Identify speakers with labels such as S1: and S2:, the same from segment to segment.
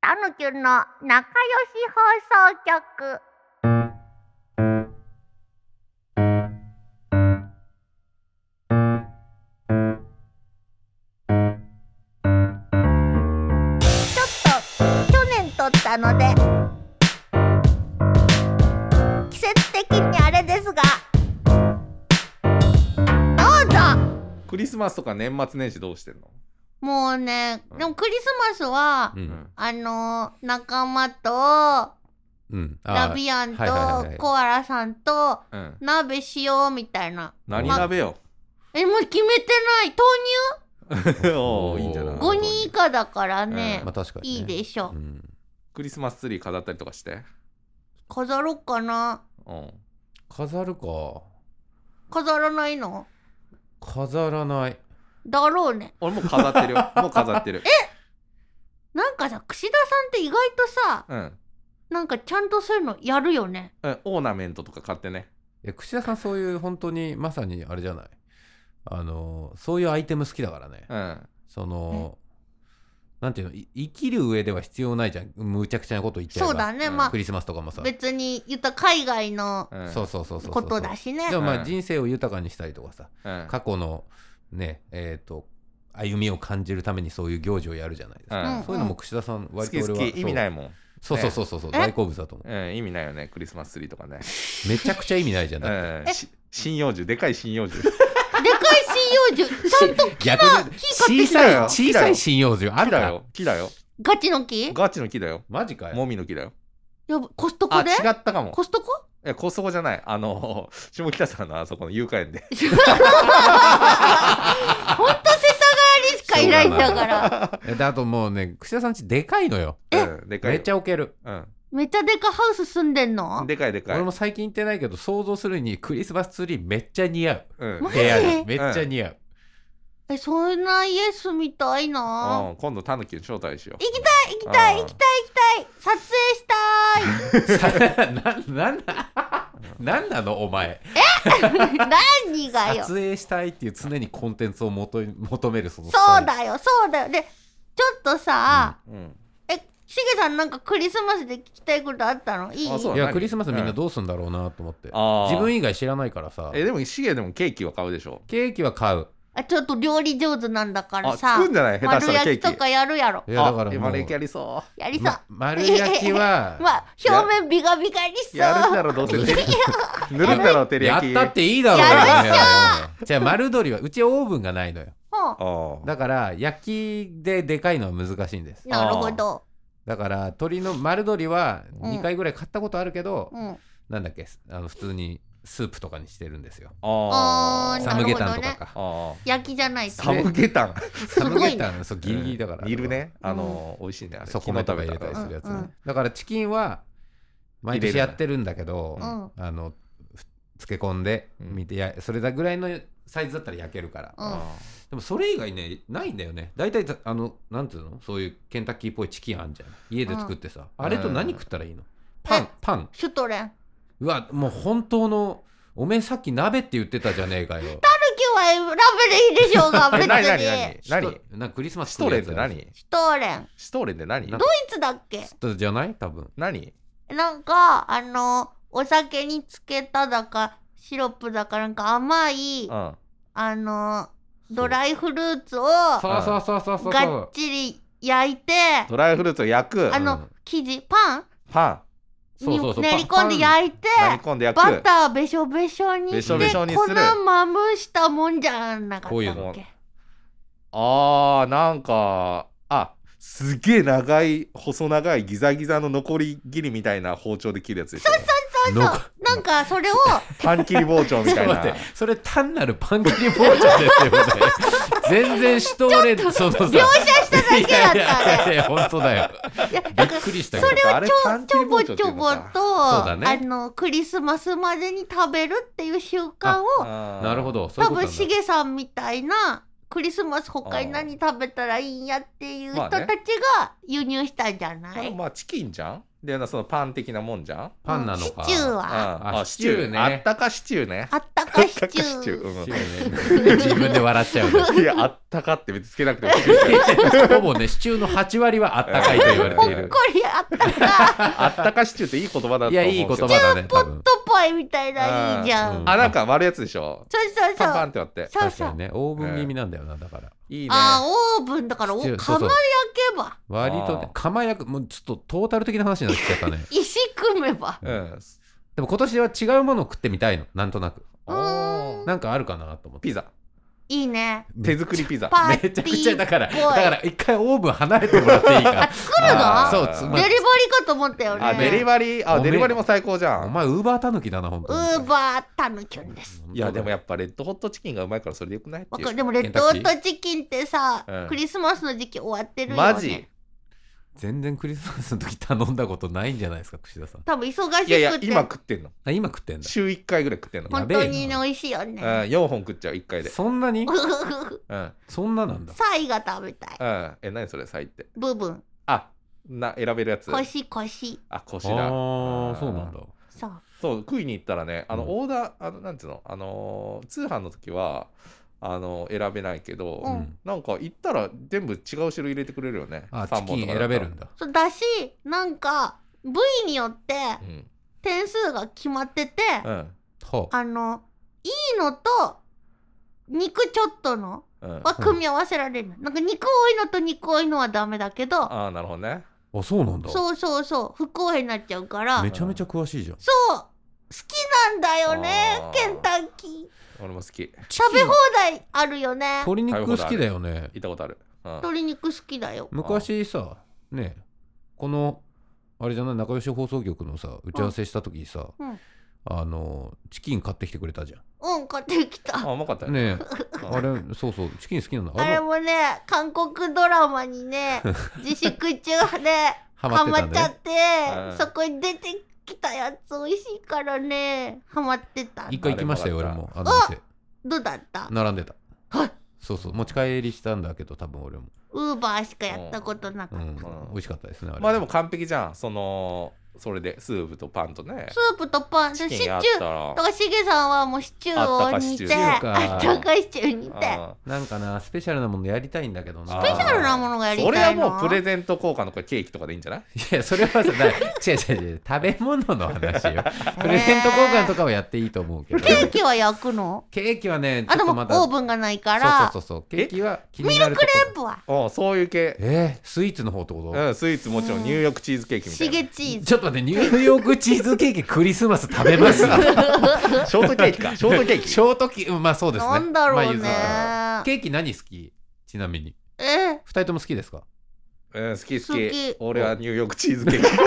S1: タヌキュンの仲良し放送局。ちょっと去年撮ったので季節的にあれですがどうぞ
S2: クリスマスとか年末年始どうしてんの、
S1: もうね
S2: うん
S1: でもクリスマスは、
S3: うん。
S1: あの仲間と
S3: うん。あー
S1: ラビアンと
S3: はいはいはいはい
S1: コアラさんと
S2: うん、
S1: 鍋しようみたいな
S2: 何鍋 よ、
S1: えもう決めてない豆乳
S2: おーいいんじゃない
S3: あ
S1: 五人以下だからね、
S3: まあ確かに、ね。
S1: いいでしょ
S3: うん。
S2: クリスマスツリー飾ったりとかして、
S1: 飾ろっかな
S2: うん、
S3: 飾るか。
S1: 飾らないの
S3: 飾らない。
S1: だろうね
S2: 俺もう飾って るよもう飾ってる
S1: なんかさ櫛田さんって意外とさ
S2: うん、
S1: なんかちゃんとそういうのやるよね
S2: うん、オーナメントとか買ってね
S3: え、串田さんそういう本当にまさにあれじゃない。あのーそういうアイテム好きだからね。
S2: うん
S3: そのなんていうのい生きる上では必要ないじゃん。むちゃくちゃなこと言っちゃえば。
S1: そうだね、
S2: うん
S1: まあ
S3: クリスマスとかもさ。
S1: 別に言った海外の
S2: うん
S3: そうそうそうそうそう。
S1: ことだしね
S3: でもま
S2: うん
S3: あ人生を豊かにしたりとかさ、
S2: うん
S3: 過去のねえっ、と歩みを感じるためにそういう行事をやるじゃないですか。
S2: うん
S3: そういうのも櫛田さん
S2: 好
S3: 割と
S2: き
S3: 俺
S2: 好
S3: は
S2: き意味
S3: い
S2: ないもん、
S3: そうそうそうそうそう、
S1: え
S3: 大好物だと思う。
S2: うん、意味ないよねクリスマスツリーとかね、
S3: めちゃくちゃ意味ないじゃん。だって
S2: うん、し針葉樹でかい針葉樹
S1: でかい針葉 樹ちゃんと
S3: 逆に
S2: 木
S3: 小
S2: だ
S3: さ
S2: よ
S3: い小さい針葉樹あ
S2: 木
S3: る
S2: だ
S3: から。
S2: よ木だよ
S1: ガチの木
S2: ガチの木だよ
S3: マジか
S2: も
S3: よ。
S2: みの木だよ
S1: やばコスト
S2: あ
S1: コで
S2: 違ったかも
S1: コストコ
S2: えコストコじゃないあの下北さんのあそこの遊郭園で
S1: ほんと世田谷にしかいないんだから
S3: えであともうね櫛田さんちでかいのよ。
S2: うん、でかい
S3: め
S2: よ
S3: っちゃ置ける。
S1: めっちゃでかハウス住んでん
S2: うん
S1: の
S2: でかいでかい
S3: 俺も最近行ってないけど想像するにクリスマスツリーめっちゃ似合
S2: うん
S1: マ
S3: う。
S1: ジ
S3: 部屋にめっちゃ似合う。
S1: えそんな家住みたいな
S2: うん今度タヌキに招待しよう
S1: 行きたい行きたい行
S2: うん
S1: きたい行きたい撮影した
S3: さ ななんななんなのお前
S1: い何がよ
S3: 撮影したいっていう常にコンテンツを求め求めるその
S1: そうだよそうだよでちょっとさ、
S2: うん
S1: え、しげさんなんかクリスマスで聞きたいことあったのいい
S2: あそう
S3: いやクリスマスみんなどうすんだろうなと思って、
S2: あー
S3: 自分以外知らないからさ
S2: えでもシゲでもケーキは買うでしょ
S3: ケーキは買う
S1: あちょっと料理上手なんだから
S2: あ
S1: さ
S2: 作るんじゃない下
S1: 丸
S2: 手したらケ
S1: 焼き
S2: ーキ
S1: とかやるやろ
S3: いやだから
S2: あ
S3: もう
S2: 今のケーキやりそ
S1: やりそう、
S3: ま、丸焼 きは、
S1: まあ表面ビガビガにし
S2: う
S1: そう
S2: やるんだろうどうせ
S3: いや
S2: 塗るんだろう照り
S3: や
S2: 焼
S3: っ
S2: き
S3: たっていいだろう
S1: や
S3: よじゃあ丸鶏はうちオーブンがないのよ
S1: ほう
S2: ああ
S3: だから焼きででかいのは難しいんです
S1: なるほど、
S3: だから鶏の丸鶏は
S1: うん
S3: 2回ぐらい買ったことあるけど、
S1: うん、
S3: なんだっけあの普通にスープとかにしてるんです よ
S2: あ
S1: あー
S2: ー
S1: な
S3: サ
S1: る
S3: ム
S1: ほどね
S3: ゲタンとかか、
S2: あ
S1: 焼きじゃない
S2: ー
S1: と
S2: サムゲタン
S3: サム
S1: ごいね
S3: ゲタンそうギリギリだから、
S2: 煮るねあのー美味しいねあれ
S3: そこまで
S2: 昨日
S3: 入れ
S2: 食
S3: た
S2: べ
S3: り
S2: た
S3: するやつね、
S1: うんうん
S3: だからチキンは毎年やってるんだけど、
S1: 入れるのね
S3: あのふ漬け込んで
S2: うん
S3: 見てやそれだぐらいのサイズだったら焼けるから、
S1: うん
S2: あ
S3: でもそれ以外ねないんだよね大体たあのなんていうのそういうケンタッキーっぽいチキンあんじゃん家で作ってさ、あれと何食ったらいいのパンパン
S1: シュトレン今
S3: うわもう本当のおめえさっき鍋って言ってたじゃねえかよ
S1: 日はラブでいいでしょう が別
S2: え
S1: に
S2: 何何何
S3: シ
S2: 何
S3: トなんかクリスマス
S2: シュトレンって
S3: 作るやつ
S2: 何
S1: シュトレンい
S2: シュトレンって何
S3: なん
S1: つだっけ
S3: じゃない多分
S2: 何
S1: なんかあのお酒につけただかシロップだかなんか甘い
S2: うん
S1: あのドライフルーツを
S3: そうそうそうそうそう
S1: がっちり焼いて
S2: ドライフルーツを焼く
S1: あの生地パン
S2: パ
S3: そうそうそう
S1: に練り込んで焼いて
S2: ン練り込んで焼
S1: バ
S2: く
S1: ターべしょべしょに
S2: べ
S1: し
S2: しょ
S1: て
S2: べしょにす
S1: 粉
S2: る
S1: まぶしたもんじゃなかったっ
S3: こういう
S2: の
S1: け
S2: あーなんかあすげえ長い細長いギザギザの残り切りみたいな包丁で切るやつでしょ
S1: そうそう
S3: の
S1: なんかそれを
S2: パン切り包丁み
S3: ちょ
S2: た
S3: っ
S2: いな
S3: と待って、それ単なるパン切り包丁ですよ、ね、 全然シュトレン、そのさ、描写した
S1: だけだったね
S3: いやいや、本当だよ。
S1: いや
S3: び
S1: な
S3: っ
S1: んか
S3: くりした
S2: そ
S3: よ。
S2: れをちょ
S1: ちょぼちょぼと、
S3: う
S1: あ
S3: だね
S1: のクリスマスまでに食べるっていう習慣を
S2: な
S3: なるほど、そういう
S1: 多
S3: こ
S1: 分
S3: となんだ
S1: しげさんみたいなクリスマス他に何食べたらいいんやっていう
S2: まあ
S1: 人
S2: ね
S1: たちが輸入したんじゃない、
S2: まあチキンじゃんでなそのパン的なもんじゃん
S3: パンなの
S1: うん
S3: か
S1: シチューは
S2: ああ
S3: あシチューね
S2: あったかシチューね。
S1: あったかシ
S2: あった
S1: チ
S2: かシ
S1: ュ
S2: チュ
S1: ー
S2: ー。
S3: シチューね 自分で笑っち ゃうね
S2: うんいや、あったかって別につけなくてもいいですよ
S3: ほぼね、シチューの8割はあったかいと言われてい
S1: ほ っ
S3: る
S1: こ。りあったか
S2: あったかシチューっていい言葉だと思うんです
S3: いや、
S2: よ。
S3: いい言葉だね、 多分。
S1: トパイみたいないいじゃん、
S3: うん
S2: あ、なんか丸いやつでしょ。
S1: そうそうそう
S2: パンパンってなって。
S1: そう
S3: 確
S1: そ
S3: か
S1: う、
S3: にね、オーブン気味なんだよな、だから。
S2: いいね。
S1: あーオーブンだからお
S3: シチュ
S1: 釜
S3: ーそう
S1: 焼
S3: そう
S1: けば
S3: 割と
S2: あ
S3: ね
S2: ー、
S3: 釜焼く、もうちょっとトータル的な話になっちゃったね。
S1: 石組めば
S2: うん。
S3: でも今年は違うものを食ってみたいの、なんとなく。
S2: おー
S3: なんかあるかなと思って。
S2: ピザ。
S1: いいね
S2: 手作りピザ。
S1: パーテ ィー
S3: めちゃくちゃだから、
S1: っ
S3: だ
S1: ぽい
S3: から一回オーブン離れてもらってい いか。
S1: 作る
S2: あ
S1: の
S3: そうつ
S1: デ
S3: ま
S1: リバ
S3: り
S1: リーかと思ったよね
S2: あ、デリバリー、あ、
S3: おめえ
S2: デリバリーも最高じゃ
S3: お
S2: ん。
S3: 前、ウーバーたぬきだな、本当
S1: ウーバータヌキュンです
S3: に。
S2: いや、でもや
S3: や
S2: っぱレッドホットチキンがうまいからそれでよくないって
S1: わ
S2: い
S1: か
S2: う
S1: るでもレッドホットチキンってさ、
S2: うん
S1: クリスマスの時期終わってるよ、ね、
S2: マジ
S3: 全然クリスマスの時頼んだことないんじゃないですか、串田さん。
S1: 多分忙しく
S2: い
S1: て
S2: やいや、今食ってんの。
S3: あ、今食ってんだ。
S2: 週1回ぐらい食ってんの。
S3: や
S1: 本
S3: べえな
S1: 当に美味しいよ
S2: うん、
S1: ね
S2: 4本食っちゃう、1回で。
S3: そんなに
S2: うん。
S3: そんななんだ。
S1: サイが食べたい
S2: うん。え、何それ、サイって。
S1: 部分
S2: あ、な、選べるやつ。
S1: 腰腰
S2: あ、腰
S3: あ
S2: だ。
S3: あ、そうなんだ。。
S1: そう
S2: そう食いに行ったらねあの、
S3: うん
S2: オーダーあのなんつうのあのー通販の時はあの選べないけど、
S1: うん
S3: うん
S2: なんか行ったら全部違う種類入れてくれるよね
S3: あ、
S2: 三
S3: チ
S2: 本
S3: キ
S2: とかっ
S3: ン選
S2: たら
S3: べるんだ。
S1: そうだしなんか部位によって
S2: うん、
S1: 点数が決まってて、
S2: うん
S3: はあ、
S1: あのいいのと肉ちょっとの
S2: うん、
S1: は組み合わせられるの、なんか肉多いのと肉多いのはダメだけど
S2: ああなるほどね
S3: あそうなんだ。
S1: そうそうそう不公平になっちゃうから
S3: めちゃめちゃ詳しいじゃん。
S1: そう好きなんだよね
S2: あー
S1: ケンタッキー
S2: 俺も好き行
S1: 食べ放題あるよね
S3: 鶏肉好きだよね。
S2: ったことある、うん、
S1: 鶏肉好きだよ
S3: 昔さ、ねえこの、あれじゃない、仲良し放送局のさ、打ち合わせした時さ、
S1: うん
S3: あの、チキン買ってきてくれたじゃ
S1: うん買ってきた
S2: あうまかったよ
S3: ん。
S2: ね
S3: ねえ、
S2: うん
S3: あれ、そうそう、チキン好きなんだ。
S1: あれ
S3: も
S1: もね韓国ドラマにね自粛中で
S3: ハマ
S1: ハ
S3: って
S1: マ
S3: た
S1: っ
S3: ん
S1: ちゃ
S3: だ
S1: っ
S3: ね。
S1: て
S2: うん
S1: そこに出てきたやつ美味しいからねハマってた
S3: 一回行きましたよ、俺も。あの店。
S1: どうだった
S3: 並んでた。
S1: はい
S3: そうそう、持ち帰りしたんだけど、多分俺も。
S1: ウーバーしかやったことなか
S3: う
S1: った
S3: ん、美味しかったですね。れ
S2: まあでも完璧じゃんそのそれでスープとパンとね
S1: スープとパンでシチ
S2: チキン
S1: ュ
S2: あっ
S1: ー
S2: たら
S1: だからしげさんはもうシチュー
S2: あった
S1: を
S2: かシチ
S1: 煮
S2: ュ
S1: て
S2: ー
S1: あっ
S3: あったた
S1: かいシチュー煮て
S2: うん
S3: なんかな、スペシャルなものやりたいんだけど
S2: ス
S3: な。
S2: ペ
S1: スペシャルなものがやり
S2: それ
S1: た
S2: はい
S1: の
S2: もうプレゼント交換のこれケーキとかでいいんじゃない
S3: いや、それはさ、だ違う違う違う、食べ物の 話よ。プレゼント交換とかはやっていいと思うけど。
S1: ケーキは焼くの
S3: ケーキはね、ちょ
S1: あ
S3: っ
S1: で
S3: と
S1: もオ
S3: まだ。
S1: ーブンがないから
S3: そうそうそうそう。ケーキは気になるとこ
S1: 全部は
S2: うんそういう系、
S3: えー、スイーツの方ってこと、
S2: うん、スイーツもちろんニューヨークチーズケーキみた
S1: し
S2: いな
S1: げチーズ
S3: ちょっと待って、ニューヨークチーズケーキクリスマス食 べますシ
S2: ショートケー キかショートケーキ
S3: ョートケーキ、うんまあそうですね。
S1: なんだろうね、
S3: まあ譲るケーキ何好きちなみに。
S1: え
S3: 二人とも好きですか
S2: うん、好き好き
S1: 好き
S2: 俺はニューヨークチーズケーキ
S1: 自分が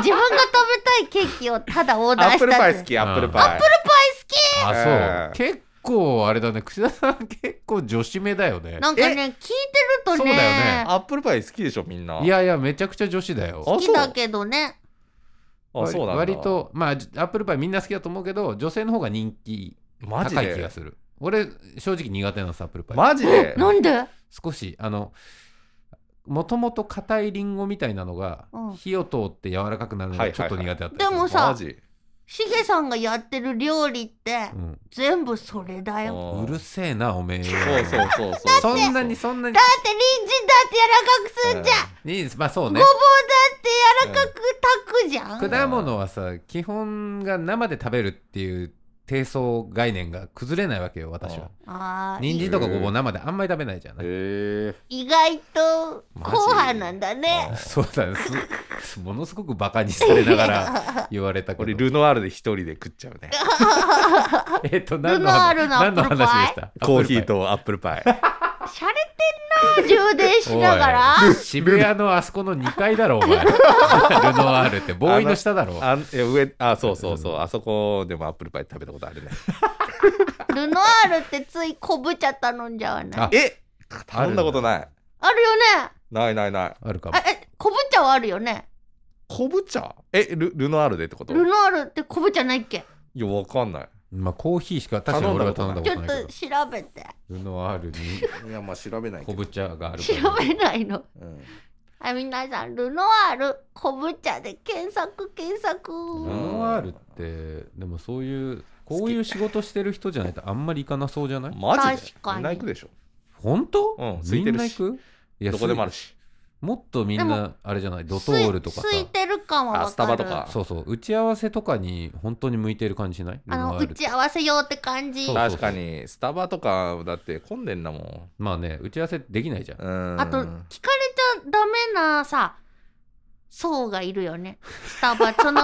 S1: 食べたいケーキをただオー
S2: ア
S1: ダー
S2: ッ
S1: し
S2: プル
S1: た
S2: パ
S1: や
S2: イ
S1: つ
S2: 好きアップルパイ
S3: あ、そう。
S2: えー
S3: 結構、あれだね、串田さん結構女子目だよね。
S1: なんかね聞いてるとね
S3: そうだよね
S2: アップルパイ好きでしょみんない
S3: やいや、めちゃくちゃ女子だよ。
S2: あ
S1: 好きだけどね
S2: あそうなんだ
S3: 割とまあじアップルパイみんな好きだと思うけど女性の方が人気
S2: マジ
S3: 高い気
S2: で
S3: がする俺正直苦手なんですアップルパイ、
S2: マジで
S1: なんで
S3: 少しあのもともと硬いリンゴみたいなのが、
S1: うん
S3: 火を通って柔らかくなるの
S2: はい
S3: が
S2: はい
S3: ちょっと苦手だったりする
S1: でもさ
S2: マジ
S1: しげさんがやってる料理って
S3: うん
S1: 全部それだよ
S3: うるせえなおめえ
S2: そうそう
S3: う
S2: そうそう
S3: そんなにそんなに
S1: だって人参だって柔らかくすんじゃん、
S3: いいですまあそう
S1: ごぼう
S3: ね
S1: だって柔らかく炊くじゃん、
S3: 果物はさ基本が生で食べるっていう低層概念が崩れないわけよ私は
S1: あー
S3: 人参とかごぼう生であんまり食べないじゃない
S2: へえ
S1: 意外と
S3: マ
S1: 後
S3: ジ
S1: 半なんだね
S3: そうだね。す ものすごくバカにされな がら言われたけど。
S2: 俺ルノアールで一人で食っちゃうね
S3: えっと、
S1: ル
S3: 何の
S1: ノアー
S3: 話
S1: ルの
S3: 何の
S1: アップルパイ
S3: 話でした
S2: コーヒー。とアップルパイ
S1: しゃれてんな充電しながら
S3: アップルパイおい渋谷のあそこの2階だろ、お 前。ルノアールって、ボーイの下だろ。
S2: あんいや上あそうそうそうあそこでもアップルパイ食べたことあるね
S1: ルノアールってつい昆布茶頼んじゃわないあ
S3: あ
S2: え頼んだことない
S1: るよね
S2: ないないない
S3: あるかも
S1: あ。え昆布茶はあるよね
S2: 昆布茶えルルノアールでってこと
S1: ルノアールって昆布茶ないっけ
S2: いやわかんない
S3: まあコーヒーしか確かに俺は頼んだこ
S1: ちょ
S3: と
S1: っ
S3: ない
S1: と
S3: け
S1: 調べて
S3: どルノアールに
S2: いやまあ調べないけ
S3: 昆
S2: ど、
S3: 布茶がある
S1: 調
S3: から
S1: べないの
S2: うん
S1: はい皆さんルノアール昆布茶で検索検索
S3: ル
S2: ん
S3: ノアールってでもそういうこういう仕事してる人じゃないとあんまり行かなそうじゃない
S2: マジで
S1: 確かに
S2: みんな行くでしょ
S3: 本
S2: う
S3: 当、
S2: ん空
S3: み
S2: いて
S3: ん
S2: る
S3: な
S2: し
S3: 行くいや
S2: どこでもあるし
S3: すもっとみん
S1: で
S3: なあれじゃないドトールとかさ
S1: すいてる感はわかる
S2: あスタバとか
S3: そうそう打ち合わせとかに本当に向いてる感じしない
S1: あ
S3: ルノ
S1: の
S3: ワー
S1: 打
S3: ルって
S1: ち合わせ用って感じ
S3: そう
S2: 確かにスタバとかだって混んでんだもん
S3: まあね打ち合わせできないじゃん
S2: うん
S1: あと聞かれちゃダメなさ層がいるよねスタ バその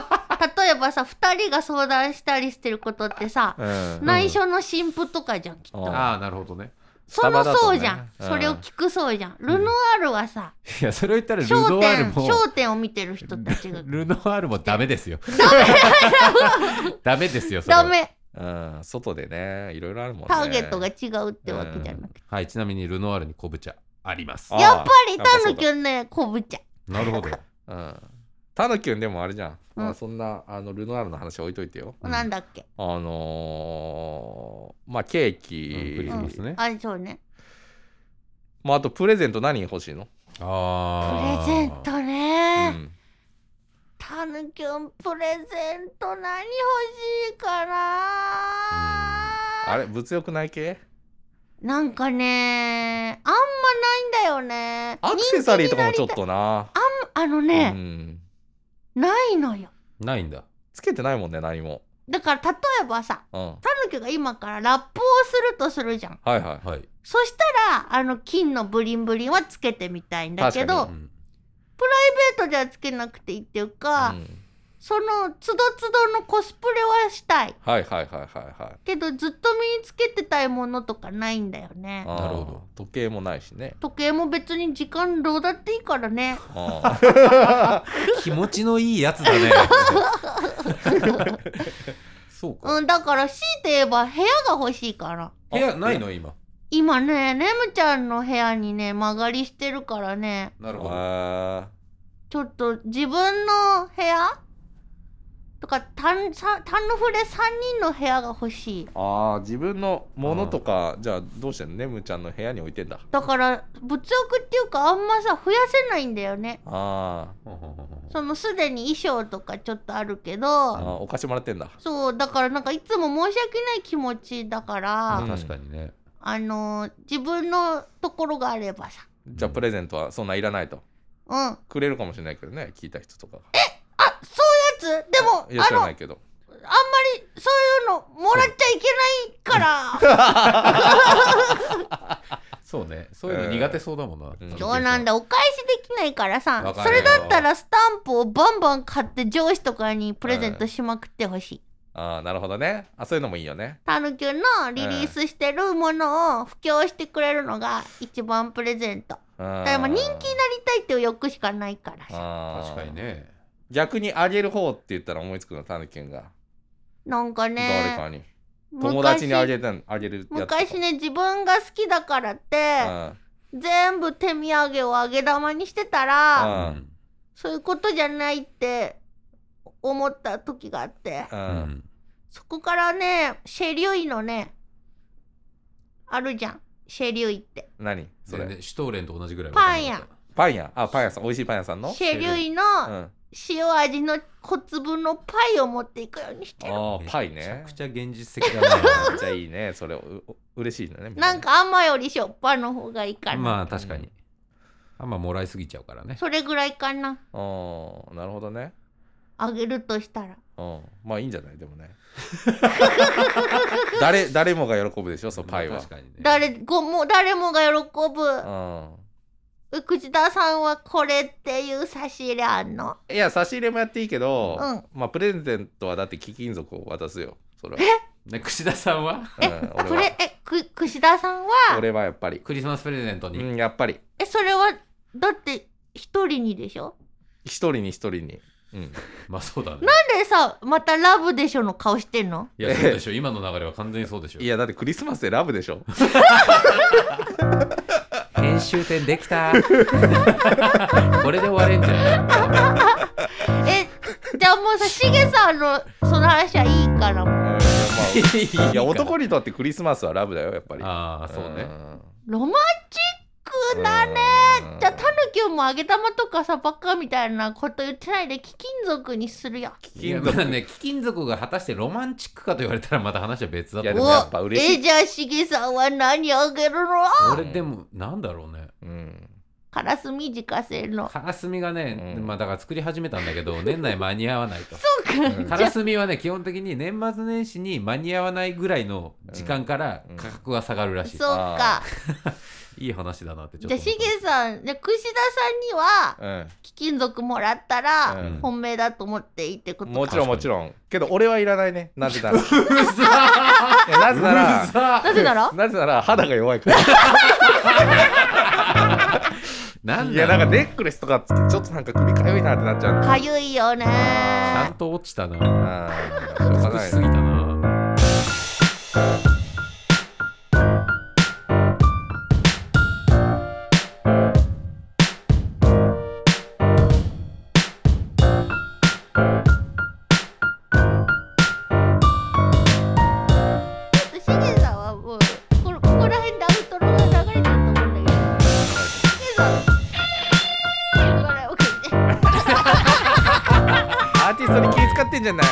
S1: 例えばさ2人が相談したりしてることってさ
S2: うん
S1: 内緒の新婦とかじゃんきっと、
S2: うん
S3: ああなるほどね
S2: ス
S1: そ
S2: タバ
S1: の
S2: だと
S1: 層
S2: ね
S1: じゃん、
S2: うん
S1: それを聞く層じゃんルノアールはさ、
S3: いやそれを言ったらルノ
S1: 焦
S3: ワー
S1: 点
S3: ルも
S1: 焦点を見てる人たちが
S3: ルノワールもダメで すよダメですよそれは
S1: ダメ
S2: うん外でねいろいろあるもんね
S1: ターゲットが違うってわけじゃなくて、
S3: はいちなみにルノワールに昆布茶あります
S2: あ
S1: やっぱり
S2: やっぱそうだ
S1: タヌキはね昆布茶
S3: なるほど
S2: うんタヌキュンでもあれじゃん、
S1: うん
S2: まあ、そんなあのルノアールの話は置いといてよ
S3: うん
S1: なんだっけ
S2: あのーまあケー
S3: うんク
S2: キ
S3: リ、スマスね
S1: あそうね
S2: まああとプレゼント何欲しいの、
S1: プレ
S3: ああ
S1: ゼントね、
S2: うん
S1: たぬきゅんプレゼント何欲しいかな
S2: あれ物欲ない系
S1: なんかねあんまないんだよね
S2: アクセサリーとかもちょっ
S1: 人気に
S2: とな
S1: なりたいあの
S2: う
S1: ね、
S2: ん、
S1: ないのよ
S3: ないんだ
S2: つけてないもんね何も、
S1: だから例えばさ
S2: うん、は
S1: たぬきが今からラップをするとするじゃん
S2: いはい
S3: はい
S1: そしたらあの金のブリンブリンはつけてみたいんだけど
S3: う
S1: デ
S3: ん
S1: ートじゃつけなくていいっていうか、
S2: うん
S1: そのつどつどのコスプレはしたい
S2: はいはいはいはいはい
S1: けどずっと身につけてたいものとかないんだよね
S2: あー
S3: なるほど
S2: 時計もないしね
S1: 時計も別に時間どうだっていいからね
S2: あ
S3: 気持ちのいいやつだね そうか
S1: うんだから強いて言えば部屋が欲しいから
S3: 部屋ないの今
S1: 今ねねむちゃんの部屋にね間借りしてるからね
S3: なるほど
S2: ー
S1: ちょっと自分の部屋とかタンさタンフレ3人の部屋が欲しい
S2: あー自分のものとかじゃあどうしてんのねむちゃんの部屋に置いてんだ
S1: だから物欲っていうかあんまさ増やせないんだよね
S2: あー
S1: そのすでに衣装とかちょっとあるけ
S2: あ
S1: ど
S2: ーお菓子もらってんだ
S1: そうだからなんかいつも申し訳ない気持ちだから、
S2: うん
S3: 確かにね
S1: あの自分のところがあればさ
S2: じゃあプレゼントはそんないらないと
S1: うんあ
S2: くれるかもしれないけどね聞いた人とか
S1: そういうやつでも
S2: いや知
S1: あのあんま
S2: らな
S1: り
S2: いけど
S1: そういうのもらっちゃいけないか ら
S3: そうねそういうの苦手そうだもんな、
S2: うん
S1: そうなん
S3: だ
S1: だお返しできないから
S3: わ
S1: さ
S3: か
S1: そ
S3: る
S1: れ
S3: よ
S1: だったらスタンプをバンバン買って上司とかにプレゼントしまくってほしい。
S2: ああなるほどねあそういうのもいいよね
S1: タヌキュンのリリースしてるものを布教してくれるのが一番プレゼント。
S2: だ
S1: だからまあ人気になりたいっていう欲しかないからさ。
S2: 確
S3: 確かにね
S2: 逆にあげる方って言ったら思いつくのタヌキンが
S1: なんか
S2: 誰
S1: ね
S2: かに
S1: 昔
S2: 友達にあげたんあげるやつとか
S1: 昔ね自分が好きだからって
S2: う、ん
S1: 全部手土産をあげ玉にしてたら、
S2: うん
S1: そういうことじゃないって思った時があって、
S2: う
S3: うんん
S1: そこからねシェリュイのねあるじゃんシェリュイって
S2: 何そ
S3: それね
S2: れ
S3: シュトーレンと同じぐらい
S1: パンや
S2: パン屋あパン屋さん美味しいパン屋さんの
S1: シェリュイの
S2: うんあ
S1: 塩味の小粒のパイを持っていくようにしてる
S2: あパイ
S3: めちゃ
S2: ね
S3: くちゃ現実的 だ
S2: めっちゃいいねそれうう嬉しいのねみん
S1: なんか甘よりしょっぱの方がいいか
S3: な
S1: な、
S3: まあ確かにあんまもらいすぎちゃうからね
S1: それぐらいかな
S2: あーなるほどね
S1: あげるとしたら
S2: うんまあいいんじゃないで もね誰誰もが喜ぶでしょそうパイ
S3: まあ
S2: は
S3: 確かにね
S1: 誰ごもう誰もが喜ぶ
S2: うん
S1: う口田さんはこれっていう差し入れあんの
S2: いや差し入れもやっていいけど、
S1: うん
S2: まあプレゼントはだって貴金属を渡すよそれは
S3: ね櫛田さんは
S2: え、うん、
S1: そ
S2: 俺
S1: れ
S2: は
S1: えく串田さんは
S2: 俺はやっぱり
S3: クリスマスプレゼント
S2: う
S3: に
S2: んやっぱり
S1: えそれはだって一人にでしょ
S2: 一人に一人に、うん、
S3: まあそうだね
S1: なんでさまたラブでしょの顔してんの
S3: いやそうでしょ今の流れは完全にそうでしょ
S2: いやだってクリスマスでラブでしょ
S3: 編集点できた これで終われんじゃん
S1: えじゃあもうさしげさんのその話はいいからもう
S2: うんまあ
S3: い
S2: いや男にとってクリスマスはラブだよやっぱり
S3: ああそうね
S1: ロマンチックなね
S2: うん
S1: じゃあタヌキをもう揚げ玉とかさバカみたいなこと言ってないで貴金属にするよ
S2: 貴
S3: いや
S2: 金
S3: ま
S2: 属
S3: あね貴金属が果たしてロマンチックかと言われたらまた話は別だ
S2: いや
S3: と
S2: で
S3: 思
S2: も
S3: う
S2: やっぱ
S1: お
S2: 嬉しい
S1: えじゃあしげさんは何あげるの
S3: 俺でもなんだろうね
S2: うん
S1: カラスミ自家製の
S3: カラスミがね、
S2: うん
S3: まあだから作り始めたんだ けど年内間に合わないと
S2: うん
S3: カラスミはね基本的に年末年始に間に合わないぐらいの時間から価格が下がるらしい、
S1: そうか
S3: いい話だなってちょっ
S1: じ
S3: と
S1: ゃあ
S3: 思っ
S1: しげさん
S3: た
S1: じゃあ串田さんには
S2: うん
S1: 貴金属もらったら
S2: うん
S1: 本命だと思っていいってことか
S2: もちろんもちろんけど俺はいらないねなぜならいう
S3: る さ
S2: やなぜな
S3: ーう
S2: ら
S3: るさー
S1: なぜなら
S2: なぜなら肌が弱いから
S3: なんだろう
S2: いやなんかネックレスとかつけちょっとなんか首かゆいなってなっちゃう
S1: かゆいよね
S3: ちゃんと落ちたな
S2: あーしょうがな
S3: 美 し
S2: い
S3: すぎたな
S1: ちょっとシゲさんはもうこここら辺でアウトロが流れてると思うんだけどシゲさん笑いをくれて
S2: アーティストに気遣ってんじゃない